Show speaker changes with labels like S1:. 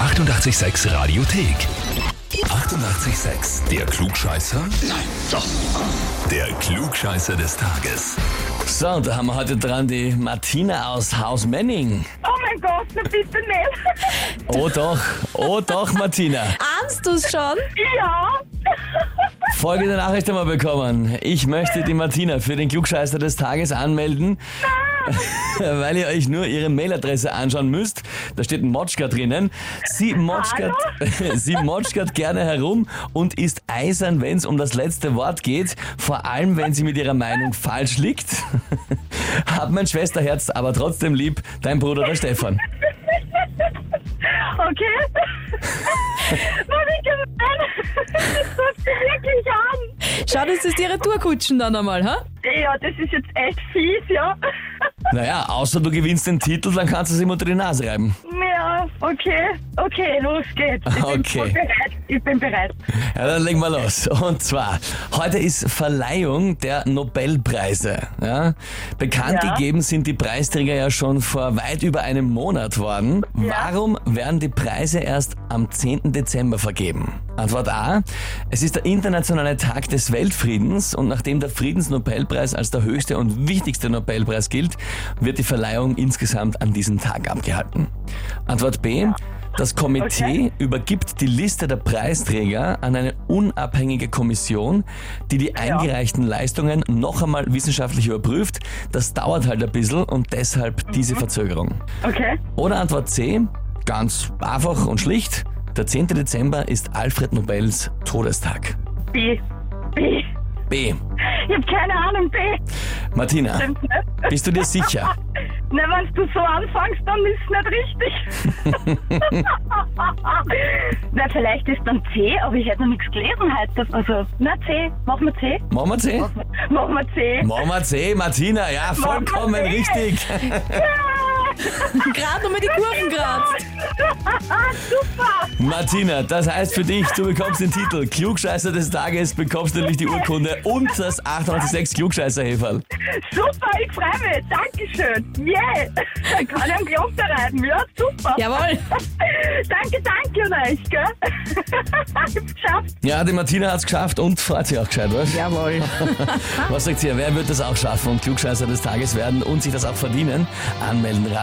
S1: 886 Radiothek. 88,6. Der Klugscheißer? Nein, doch. Der Klugscheißer des Tages.
S2: So, da haben wir heute dran die Martina aus Haus Manning.
S3: Oh mein Gott, na bitte nicht.
S2: Oh doch, oh doch, Martina.
S4: Ahnst du es schon?
S3: ja,
S2: Folgende Nachricht haben wir bekommen. Ich möchte die Martina für den Klugscheißer des Tages anmelden, weil ihr euch nur ihre Mailadresse anschauen müsst. Da steht Motschka drinnen. Sie motschkert, sie motschkert gerne herum und ist eisern, wenn es um das letzte Wort geht. Vor allem, wenn sie mit ihrer Meinung falsch liegt. Hab mein Schwesterherz aber trotzdem lieb, dein Bruder der Stefan.
S3: okay. War wie gemein. Das tut sie wirklich an.
S4: Schau, das ist die Retourkutschen dann einmal, ha?
S3: Ja, das ist jetzt echt fies, ja.
S2: Naja, außer du gewinnst den Titel, dann kannst du es ihm unter die Nase reiben.
S3: Ja, okay. Okay, los geht's. Ich
S2: Okay.
S3: bin voll bereit. Ich bin bereit.
S2: Ja, dann legen wir los. Und zwar, heute ist Verleihung der Nobelpreise. Ja? Bekannt
S3: Ja.
S2: gegeben sind die Preisträger ja schon vor weit über einem Monat worden. Warum werden die Preise erst am 10. Dezember vergeben? Antwort A. Es ist der internationale Tag des Weltfriedens und nachdem der Friedensnobelpreis als der höchste und wichtigste Nobelpreis gilt, wird die Verleihung insgesamt an diesem Tag abgehalten. Antwort B. Das Komitee
S3: Okay.
S2: übergibt die Liste der Preisträger an eine unabhängige Kommission, die die eingereichten Leistungen noch einmal wissenschaftlich überprüft. Das dauert halt ein bisschen und
S3: Mhm.
S2: deshalb diese Verzögerung.
S3: Okay.
S2: Oder Antwort C, ganz einfach und schlicht. Der 10. Dezember ist Alfred Nobels Todestag.
S3: B. B.
S2: B.
S3: Ich hab keine Ahnung, B. Ne?
S2: Martina,
S3: Stimmt's nicht?
S2: bist du dir sicher?
S3: Na, wenn du so anfängst, dann ist es nicht richtig. Na, vielleicht ist dann C, aber ich hätte noch nichts gelesen heute. Also, na, C. Machen wir C.
S2: Machen wir C?
S3: Machen wir C.
S2: Machen wir C, Martina, ja,
S3: Machen wir
S2: vollkommen
S3: C.
S2: richtig.
S4: Gerade nochmal die Kurven kratzt.
S3: Super.
S2: Martina, das heißt für dich, du bekommst den Titel Klugscheißer des Tages, bekommst nämlich die Urkunde und das 886 Klugscheißer-Heferl.
S3: Super, ich freue mich. Dankeschön. Yeah. Dann kann ich am Kloster reiten. Ja, super.
S4: Jawohl.
S3: Danke, danke an euch, gell? ich hab's geschafft.
S2: Ja, die Martina hat's geschafft und freut sich auch gescheit, was?
S5: Jawohl.
S2: Was sagt ihr, wer wird das auch schaffen und Klugscheißer des Tages werden und sich das auch verdienen? Anmelden,